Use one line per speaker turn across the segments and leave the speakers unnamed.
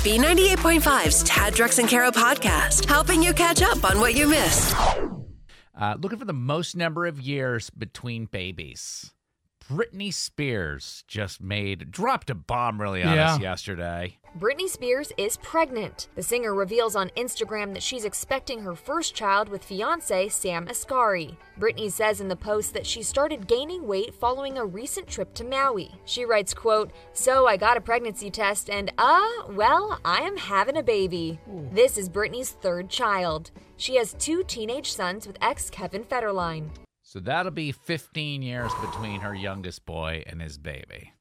B98.5's Tad Drex and Caro podcast, helping you catch up on what you missed.
Uh, looking for the most number of years between babies. Britney Spears just made dropped a bomb really on us
Yeah.
yesterday.
Britney Spears is pregnant. The singer reveals on Instagram that she's expecting her first child with fiance Sam Asghari. Britney says in the post that she started gaining weight following a recent trip to Maui. She writes, quote, "So I got a pregnancy test and uh, well, I am having a baby. This is Britney's third child. She has two teenage sons with ex Kevin Federline.
So that'll be 15 years between her youngest boy and his baby.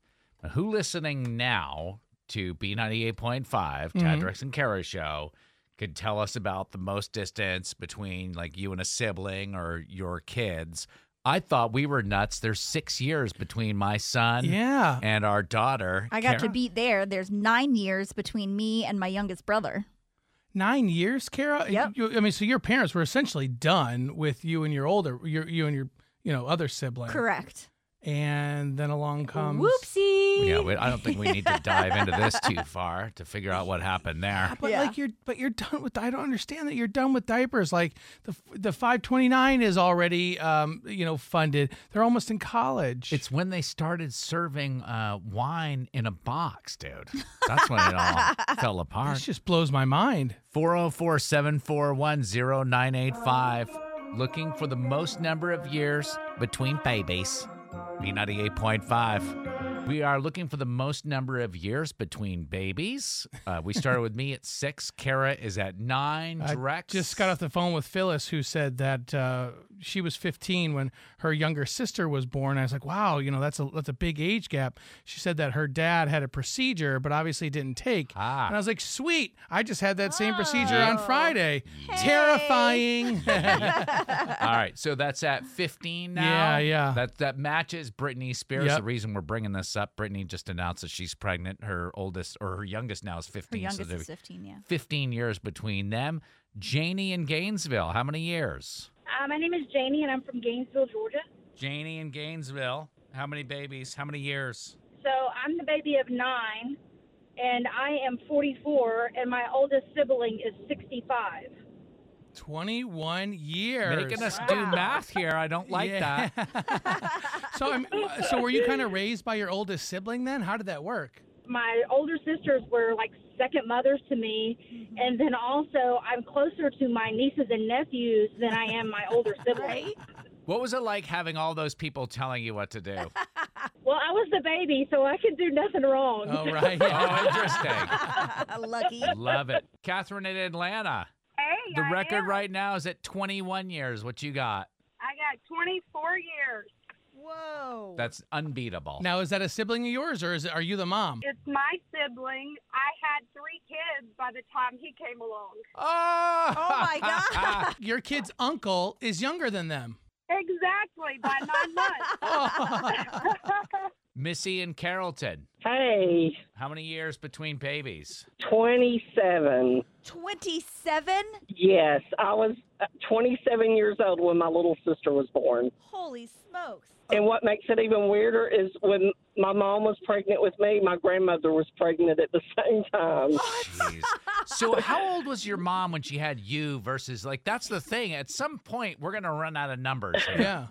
Now, who listening now to B98.5,
Mm-hmm.
Tad Drex and Kara show, could tell us about the most distance between like you and a sibling or your kids? I thought we were nuts. There's six years between my son
Yeah.
and our daughter.
I got to
Kara?
beat there. There's nine years between me and my youngest brother.
Nine years, Kara.
Yep.
You- I mean, so your parents were essentially done with you and your older, your you and your you know other sibling.
Correct.
And then along
Um,
comes.
Whoopsie.
Yeah, we, I don't think we need to dive into this too far to figure out what happened there.
But
Yeah.
like you're, but you're done with. I don't understand that you're done with diapers. Like the the five twenty nine is already, um, you know, funded. They're almost in college.
It's when they started serving uh, wine in a box, dude. That's when it all fell
this
apart.
just blows my mind.
404 741 0985. Looking for the most number of years between babies. B98.5. We are looking for the most number of years between babies. Uh, we started with me at six. Kara is at nine.
I
Drex.
just got off the phone with Phyllis, who said that uh, she was 15 when her younger sister was born. I was like, "Wow, you know, that's a that's a big age gap." She said that her dad had a procedure, but obviously didn't take.
Ah. Oh.
And I was like, "Sweet, I just had that same procedure on Friday. Terrifying."
All right, so that's at 15 now.
Yeah, yeah.
That that matches Britney Spears.
Yep.
The reason we're bringing this up, Britney just announced that she's pregnant. Her oldest or her youngest now is
Her
15.
youngest
so
is
there-
15, yeah.
15 years between them. Janie in Gainesville. How many years?
Uh, my name is Janie, and I'm from Gainesville, Georgia.
Janie in Gainesville. How many babies? How many years?
So I'm the baby of nine, and I am 44, and my oldest sibling is 65.
21 years.
Making us do math here. I don't like
Yeah.
that.
so, I'm, uh, so were you kind of raised by your oldest sibling then? How did that work?
My older sisters were like second mothers to me, and then also I'm closer to my nieces and nephews than I am my older siblings.
What was it like having all those people telling you what to do?
Well, I was the baby, so I could do nothing wrong.
Oh, right.
Oh, interesting.
Lucky.
Love it. Catherine in Atlanta.
Hey,
The
I
record
am.
right now is at 21 years. What you got?
I got 24 years.
Whoa.
That's unbeatable.
Now, is that a sibling of yours, or is it, are you the mom?
It's my sibling. I had three kids by the time he came along.
oh!
my God.
Your kid's uncle is younger than them.
Exactly by nine months.
Missy and Carrollton.
Hey,
How many years between babies?
27.
27?
Yes, I was uh, 27 years old when my little sister was born.
Holy smokes.
And what makes it even weirder is when my mom was pregnant with me, my grandmother was pregnant at the same time.
Jeez. So, how old was your mom when she had you versus, like, that's the thing. At some point, we're going to run out of numbers here.
Yeah.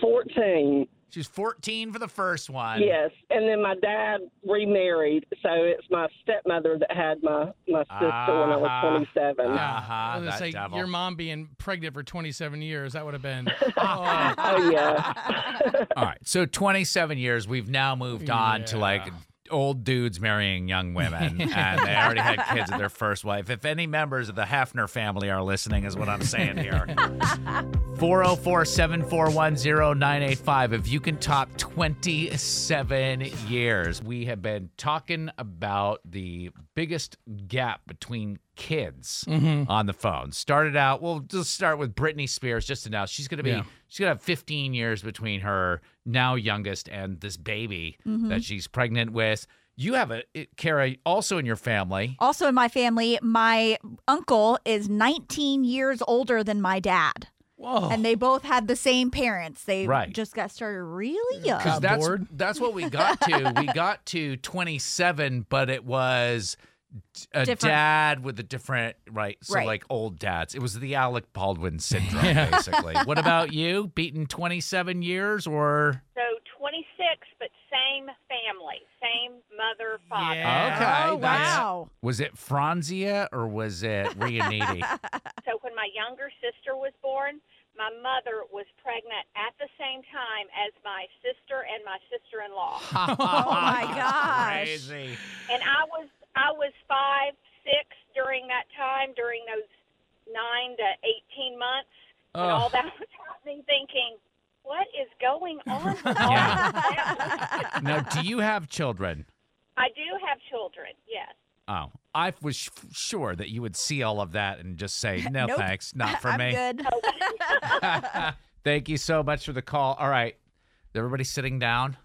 14.
She was 14 for the first one.
Yes. And then my dad remarried, so it's my stepmother that had my, my sister when I
Ah.
was 27.
Uh-huh,
I was gonna
that
say,
devil.
your mom being pregnant for 27 years, that would have been. oh,
Oh, yeah.
All right. So, 27 years, we've now moved on to, like, old dudes marrying young women, and they already had kids with their first wife. If any members of the Hafner family are listening, is what I'm saying here. 404 741 0985. If you can top 27 years, we have been talking about the biggest gap between kids on the phone. Started out, we'll just start with Britney Spears just to now. She's going to be,
Yeah.
she's going to have 15 years between her now youngest and this baby that she's pregnant with. You have a, it, Kara, also in your family.
Also, in my family, my uncle is 19 years older than my dad.
Whoa.
And they both had the same parents. They
Oh. Right.
just got started really young.
Got
that's
bored?
that's what we got to. we got to 27, but it was a
Different.
dad with a different right. So
Right.
like old dads. It was the Alec Baldwin syndrome, basically. What about you? Beaten 27 years or
So 26, but same family, same mother, father.
Yeah.
okay?
oh,
that's-
wow.
Was it Franzia or was it Rianiti? Oh.
So when my younger sister was born, my mother was pregnant at the same time as my sister and my sister-in-law,
Oh, my gosh.
Crazy.
and I was I was five, six during that time, during those nine to eighteen months, and all
Ugh.
that was happening, thinking, what is going on? with all
Yeah.
this?"
Now, do you have children?
I do have children, yes.
Oh, I was sh- sure that you would see all of that and just say, no,
Nope.
thanks, not for
I'm
me.
good.
Thank you so much for the call. All right. Everybody sitting down.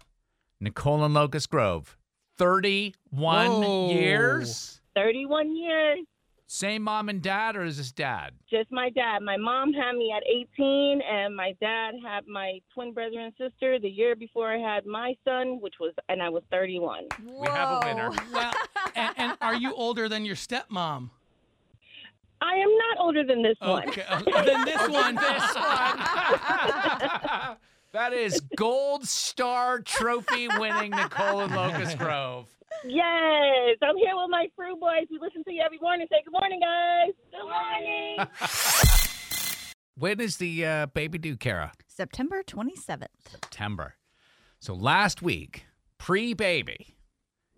Nicole and Locust Grove, 31
Whoa.
years.
31 years.
Same mom and dad, or is this dad?
Just my dad. My mom had me at 18, and my dad had my twin brother and sister the year before I had my son, which was, and I was 31.
We have a winner.
Whoa.
Well, and, and are you older than your stepmom?
I am not older than this one.
Okay. uh, then this one.
This one. that is gold star trophy winning Nicole and Locust Grove.
Yes, I'm here with my crew boys. We listen to you every morning. Say good morning, guys. Good morning.
When is the uh, baby due, Kara?
September 27th.
September. So last week, pre baby,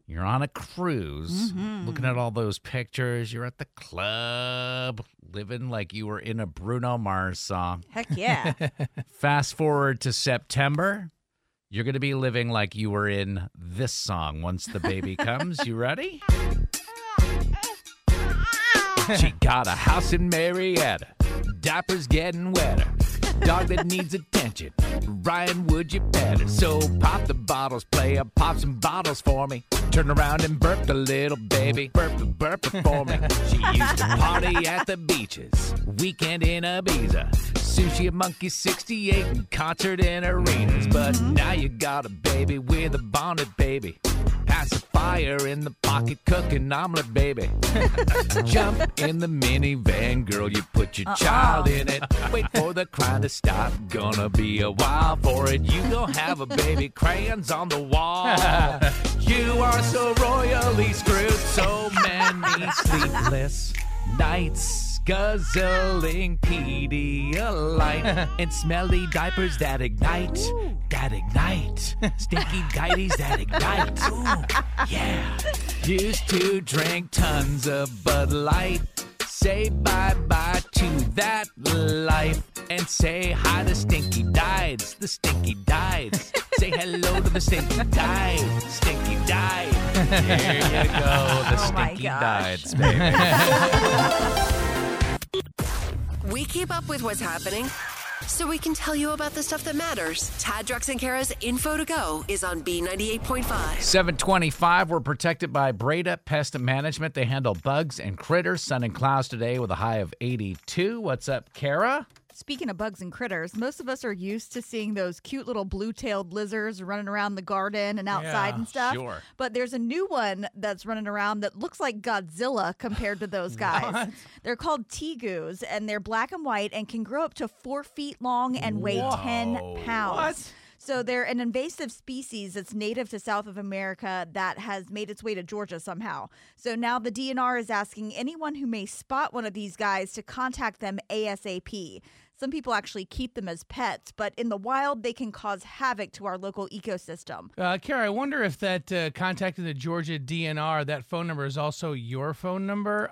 you're on a cruise, looking at all those pictures. You're at the club, living like you were in a Bruno Mars song.
Heck yeah.
Fast forward to September, you're going to be living like you were in this song once the baby comes. You ready? She got a house in Marietta, diapers getting wetter, dog that needs attention. Ryan, would you better? So pop the bottles, player, pop some bottles for me. Turn around and burp the little baby, burp, burp for me. She used to party at the beaches, weekend in Ibiza. Sushi at Monkey 68 and concert in arenas. But now you got a baby with a bonnet baby. Pacifier in the pocket, cooking omelet baby. Jump in the minivan, girl. You put your child in it. Wait for the crying to stop. Gonna be a while for it. You gon' have a baby. Crayons on the wall. You are so royally screwed. So many sleepless nights. Guzzling Pedialyte and smelly diapers that ignite, that ignite, stinky guides that ignite. Ooh, yeah. Used to drink tons of Bud Light. Say bye bye to that life and say hi to Stinky Dives, the Stinky Dives. say hello to the Stinky Dive, Stinky Dive. There you go, the
Oh my
Stinky
gosh.
Dives, baby.
We keep up with what's happening so we can tell you about the stuff that matters. Tad, Drex, and Kara's info to go is on B98.5.
725, we're protected by Breda Pest Management. They handle bugs and critters. Sun and clouds today with a high of 82. What's up, Kara?
Speaking of bugs and critters, most of us are used to seeing those cute little blue tailed lizards running around the garden and outside
Yeah,
and stuff.
sure.
But there's a new one that's running around that looks like Godzilla compared to those guys. they're called tegus, and they're black and white and can grow up to four feet long and weigh 10 pounds.
What?
So they're an invasive species that's native to South of America that has made its way to Georgia somehow. So now the DNR is asking anyone who may spot one of these guys to contact them ASAP. Some people actually keep them as pets, but in the wild, they can cause havoc to our local ecosystem.
Uh, Kara, I wonder if that uh, contacted the Georgia DNR, that phone number is also your phone number.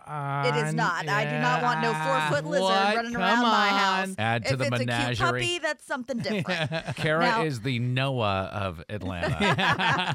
It is
on-
not. I do not want no
Yeah.
four foot lizard
What?
running
Come
around my
on.
house.
Add to
if
the
it's a cute
menagerie.
puppy, that's something different.
Kara
Now-
is the Noah of Atlanta.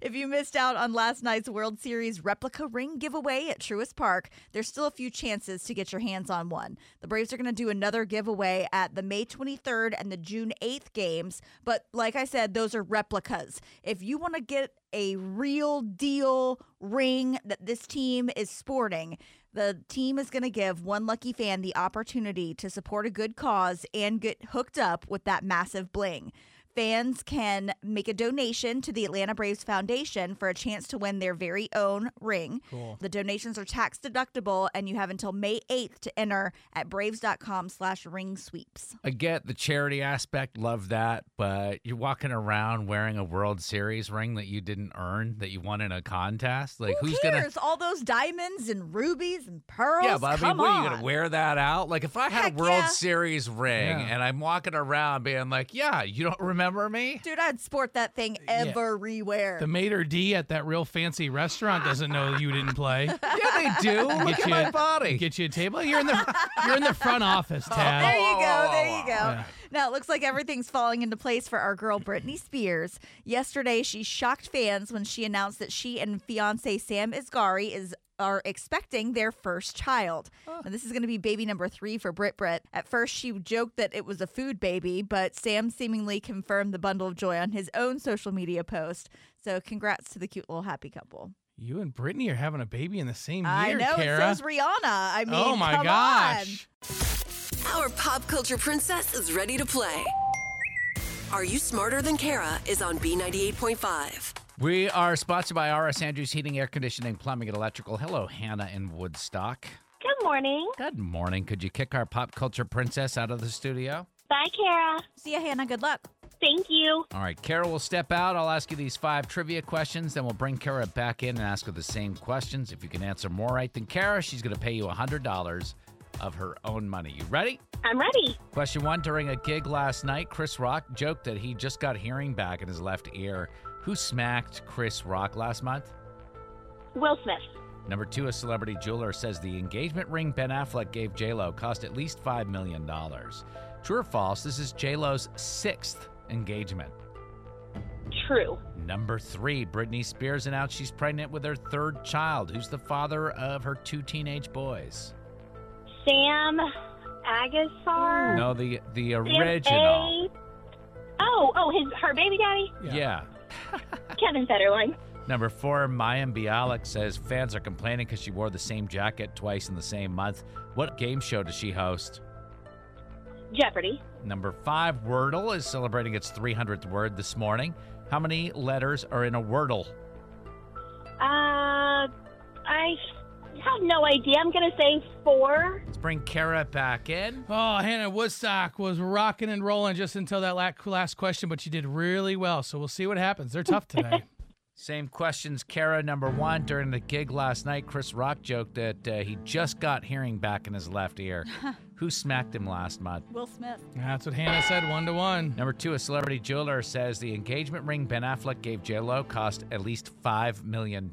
if you missed out on last night's World Series replica ring giveaway at Truist Park, there's still a few chances to get your hands on one. The Braves are going to do another giveaway at the May 23rd and the June 8th games, but like I said, those are replicas. If you want to get a real deal ring that this team is sporting, the team is going to give one lucky fan the opportunity to support a good cause and get hooked up with that massive bling. Fans can make a donation to the Atlanta Braves Foundation for a chance to win their very own ring. The donations are tax deductible, and you have until May 8th to enter at braves.com slash ring sweeps.
I get the charity aspect, love that, but you're walking around wearing a World Series ring that you didn't earn, that you won in a contest. Like,
Who
who's
cares?
gonna?
All those diamonds and rubies and pearls.
Yeah, but I mean,
Come
what are
on.
you gonna wear that out? Like, if I had
Heck
a World
yeah.
Series ring
Yeah.
and I'm walking around being like, "Yeah, you don't remember me?"
Dude, I'd sport that thing everywhere.
The maitre d at that real fancy restaurant doesn't know you didn't play.
Yeah, they do. Look at my body. Oh.
Get you a table. You're in the you're in the front office,
There
Tad.
you
whoa,
go.
whoa,
There you go.
Oh, Yeah.
Now it looks like everything's falling into place for our girl Britney Spears. Yesterday, she shocked fans when she announced that she and fiance Sam Isgari is are expecting their first child. And this is going to be baby number 3 for Brit Brit. At first she joked that it was a food baby, but Sam seemingly confirmed the bundle of joy on his own social media post. So congrats to the cute little happy couple.
You and Brittany are having a baby in the same year,
I know
Kara.
it says Rihanna. I mean,
oh my
come
gosh.
on.
Our pop culture princess is ready to play. Are You Smarter Than Kara is on B98.5.
We are sponsored by RS Andrews Heating, Air Conditioning, Plumbing, and Electrical. Hello, Hannah in Woodstock.
Good morning.
Good morning. Could you kick our pop culture princess out of the studio?
Bye, Kara.
See ya, Hannah. Good luck.
Thank you.
All right, Kara will step out. I'll ask you these five trivia questions, then we'll bring Kara back in and ask her the same questions. If you can answer more right than Kara, she's going to pay you $100 of her own money. You ready?
I'm ready.
Question one During a gig last night, Chris Rock joked that he just got hearing back in his left ear. Who smacked Chris Rock last month?
Will Smith.
Number two, a celebrity jeweler says the engagement ring Ben Affleck gave J-Lo cost at least $5 million. True or false, this is J-Lo's sixth engagement.
True.
Number three, Britney Spears announced she's pregnant with her third child, who's the father of her two teenage boys.
Sam Agasar.
No, the, the
Sam
original.
A- Oh, oh, his her baby daddy,
Yeah.
Kevin Federline.
Number four, Mayim Bialik says fans are complaining because she wore the same jacket twice in the same month. What game show does she host?
Jeopardy.
Number five, Wordle is celebrating its 300th word this morning. How many letters are in a Wordle?
Uh, I have no idea. I'm gonna say four.
Let's bring Kara back in.
Oh, Hannah Woodstock was rocking and rolling just until that la- last question, but you did really well. So we'll see what happens. They're tough today.
Same questions, Kara. Number one, during the gig last night, Chris Rock joked that uh, he just got hearing back in his left ear. Who smacked him last month?
Will Smith.
That's what Hannah said, one to one.
Number two, a celebrity jeweler says the engagement ring Ben Affleck gave J-Lo cost at least $5 million.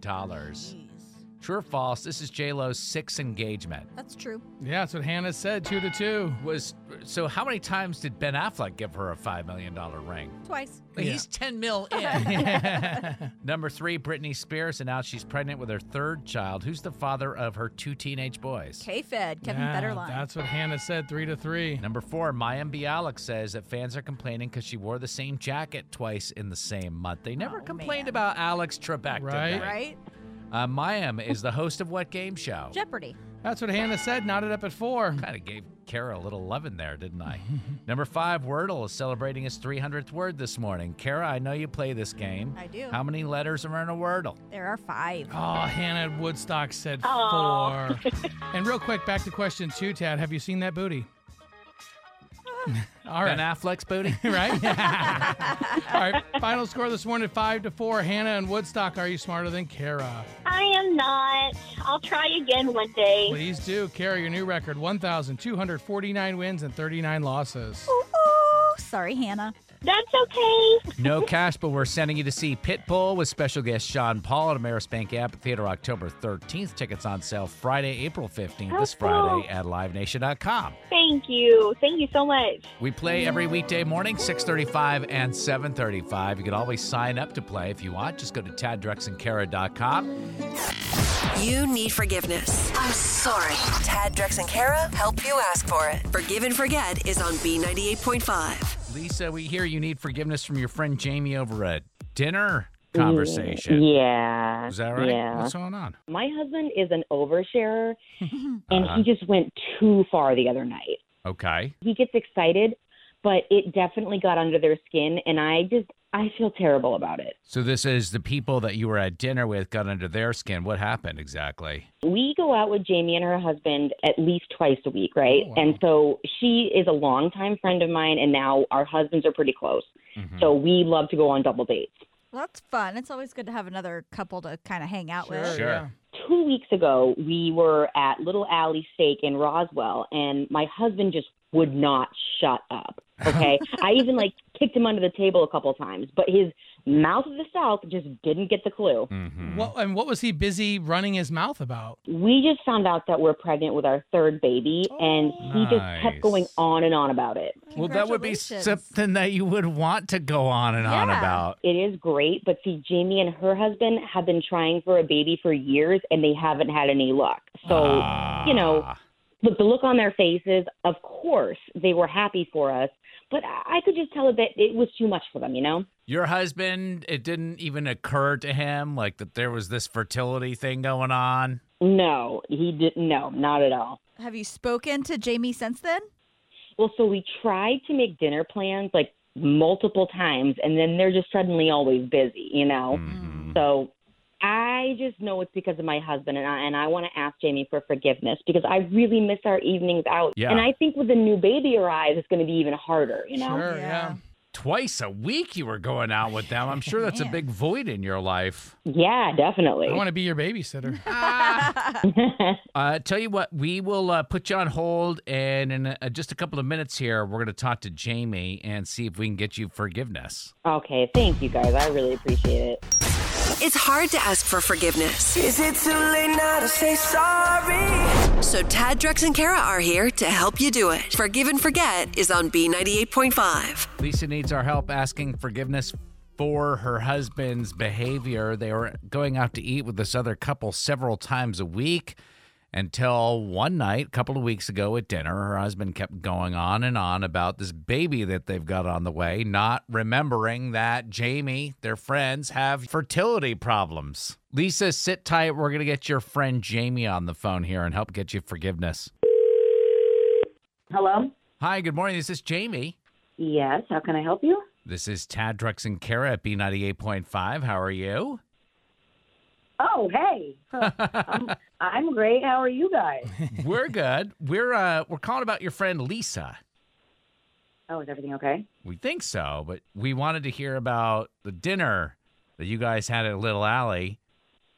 True or false, this is J-Lo's sixth engagement.
That's true.
Yeah, that's what Hannah said, two to two.
Was So how many times did Ben Affleck give her a $5 million ring?
Twice.
But
Yeah.
He's 10 mil in. Number three, Britney Spears announced she's pregnant with her third child. Who's the father of her two teenage boys?
K-Fed, Kevin
yeah,
Federline.
That's what Hannah said, three to three.
Number four, Mayim Bialik says that fans are complaining because she wore the same jacket twice in the same month. They never
Oh,
complained
man.
about Alex Trebek, did
Right.
they?
right?
Uh, Mayim is the host of what game show?
Jeopardy.
That's what Hannah said, nodded up at four.
Kind of gave Kara a little love in there, didn't I? Number five, Wordle is celebrating its 300th word this morning. Kara, I know you play this game.
I do.
How many letters are in a Wordle?
There are five.
Oh, Hannah Woodstock said
Aw.
four. and real quick, back to question two, Tad. Have you seen that booty? All
Ben
right.
Affleck's booty?
right? All right. Final score this morning: five to four. Hannah and Woodstock. Are you smarter than Kara?
I am not.
I'll try again one day.
Please do. Carry your new record 1,249 wins and 39 losses.
Ooh, sorry, Hannah.
That's okay.
No cash, but we're sending you to see Pitbull with special guest Sean Paul at Amerisbank Amphitheater October 13th. Tickets on sale Friday, April 15th, this Friday at livenation.com.
Thank you. Thank you so much.
We play every weekday morning, 635 and 735. You can always sign up to play if you want. Just go to taddrexandkara.com.
You need forgiveness. I'm sorry. Tad, Drex, and Kara help you ask for it. Forgive and Forget is on B98.5.
Lisa, we hear you need forgiveness from your friend Jamie over a dinner conversation.
Mm, Yeah.
Is that right?
Yeah.
What's going on?
My husband is an oversharer, and he just went too far the other night.
Okay.
He gets excited, but it definitely got under their skin, and I just, I feel terrible about it.
So this is the people that you were at dinner with got under their skin. What happened exactly?
We go out with Jamie and her husband at least twice a week, right? And so she is a longtime friend of mine, and now our husbands are pretty close. So we love to go on double dates.
Well, that's fun. It's always good to have another couple to kind of hang out with.
Sure.
yeah.
two weeks ago, we were at Little Alley Steak in Roswell, and my husband just would not shut up. Okay, I even like kicked him under the table a couple times, but his mouth of the South just didn't get the clue.
Mm-hmm.
What, and what was he busy running his mouth about?
We just found out that we're pregnant with our third baby, and he just
Nice.
kept going on and on about it.
Well, that would be
Congratulations.
something that you would want to go on and on
Yeah.
about.
It is great, but see, Jamie and her husband have been trying for a baby for years, and they haven't had any luck. So, you know,
Ah.
Look, the look on their faces, of course, they were happy for us, but I I could just tell that it was too much for them, you know?
Your husband, it didn't even occur to him like that there was this fertility thing going on.
No, he didn't. No, not at all.
Have you spoken to Jamie since then?
Well, so we tried to make dinner plans like multiple times, and then they're just suddenly always busy, you know? So I just know it's because of my husband, and I, and I want to ask Jamie for forgiveness because I really miss our evenings out.
Yeah.
And I think with the new baby arrives, it's going to be even harder, you know?
Sure,
Oh, Yeah.
yeah.
Twice a week you were going out with them. I'm sure that's a big void in your life.
Yeah, definitely.
I want to be your babysitter.
Uh, tell you what, we will uh, put you on hold, and in uh, just a couple of minutes here, we're going to talk to Jamie and see if we can get you forgiveness.
okay, thank you guys. I really appreciate it.
It's hard to ask for forgiveness. Is it too late now to say sorry? So Tad, Drex, and Kara are here to help you do it. Forgive and Forget is on B98.5.
Lisa needs our help asking forgiveness for her husband's behavior. They were going out to eat with this other couple several times a week until one night, a couple of weeks ago at dinner, her husband kept going on and on about this baby that they've got on the way, not remembering that Jamie, their friends, have fertility problems. Lisa, sit tight. We're going to get your friend Jamie on the phone here and help get you forgiveness.
Hello?
Hi, good morning. This is Jamie.
Yes, how can I help you?
This is Tad Drex and Kara at B98.5. How are you?
Oh, hey. I'm, I'm great. How are you guys?
We're good. We're uh we're calling about your friend Lisa.
Oh, is everything okay?
We think so, but we wanted to hear about the dinner that you guys had at Little Alley.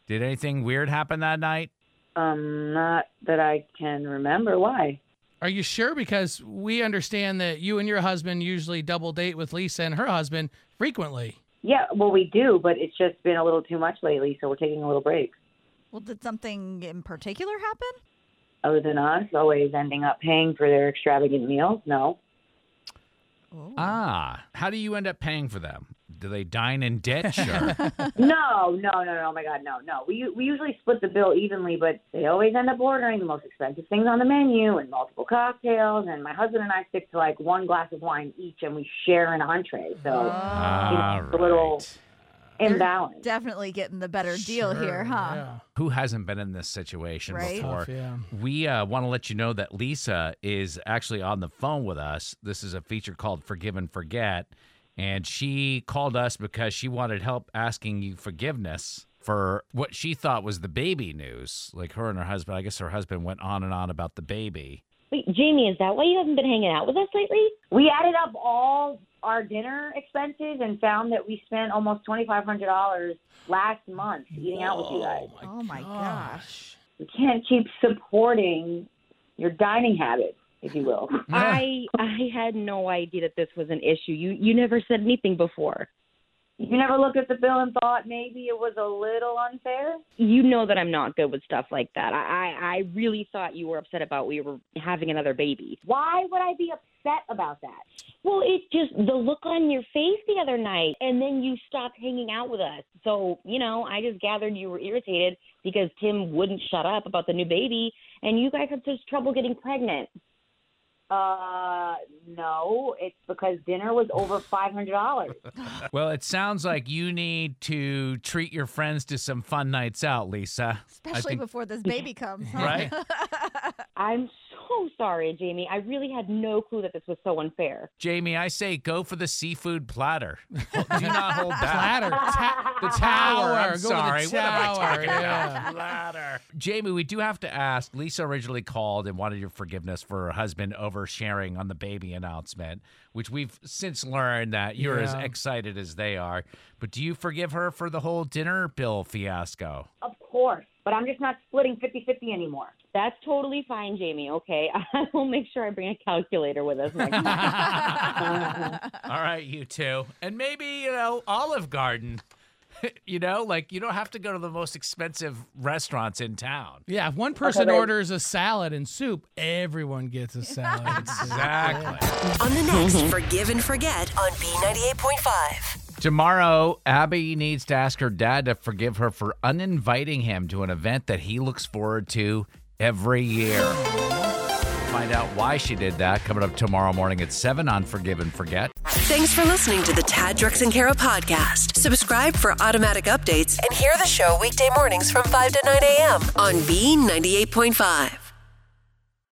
Did anything weird happen that night?
Um, not that I can remember. Why?
Are you sure? Because we understand that you and your husband usually double date with Lisa and her husband frequently.
Yeah, well, we do, but it's just been a little too much lately, so we're taking a little break.
Well, did something in particular happen?
Other than us always ending up paying for their extravagant meals, no.
Oh.
Ah, how do you end up paying for them? Do they dine in debt? Sure.
No, no, no, no, oh my God, no, no. We we usually split the bill evenly, but they always end up ordering the most expensive things on the menu and multiple cocktails. And my husband and I stick to like one glass of wine each, and we share an entree. So
All
it's a little
right.
imbalanced.
Definitely getting the better deal
Sure,
here, huh?
Yeah.
Who hasn't been in this situation
Right?
before?
Tough, yeah.
We uh, want to let you know that Lisa is actually on the phone with us. This is a feature called Forgive and Forget. And she called us because she wanted help asking you forgiveness for what she thought was the baby news. Like her and her husband, I guess her husband went on and on about the baby.
Wait, Jamie, is that why you haven't been hanging out with us lately?
We added up all our dinner expenses and found that we spent almost twenty five hundred dollars last month eating out with you guys.
Oh my gosh.
You can't keep supporting your dining habits, if you will.
I I had no idea that this was an issue. You you never said anything before.
You never looked at the bill and thought maybe it was a little unfair?
You know that I'm not good with stuff like that. I I, I really thought you were upset about we were having another baby.
Why would I be upset about that?
Well, it's just the look on your face the other night, and then you stopped hanging out with us. So, you know, I just gathered you were irritated because Tim wouldn't shut up about the new baby, and you guys had such trouble getting pregnant.
Uh, no, it's because dinner was over $500.
Well, it sounds like you need to treat your friends to some fun nights out, Lisa.
Especially
I think,
before this baby comes. Huh?
right?
I'm so sorry, Jamie. I really had no clue that this was so unfair.
Jamie, I say go for the seafood platter. Do not hold back.
Platter, ta-
The tower.
Go
I'm
with the
sorry. What am I
tower,
talking
yeah.
about? Platter. Jamie, we do have to ask. Lisa originally called and wanted your forgiveness for her husband oversharing on the baby announcement, which we've since learned that you're as
Yeah.
excited as they are. But do you forgive her for the whole dinner bill fiasco?
Of course, but I'm just not splitting 50 50 anymore.
That's totally fine, Jamie. Okay, I will make sure I bring a calculator with us next time.
All right, you two. And maybe, you know, Olive Garden. you know, like you don't have to go to the most expensive restaurants in town.
Yeah, if one person orders a salad and soup, everyone gets a salad. and soup.
Exactly.
On the next Forgive and Forget on B98.5.
Tomorrow, Abby needs to ask her dad to forgive her for uninviting him to an event that he looks forward to every year. Find out why she did that coming up tomorrow morning at 7 on Forgive and Forget.
Thanks for listening to the Tad Drex and Kara podcast. Subscribe for automatic updates and hear the show weekday mornings from 5 to 9 a.m. on B98.5.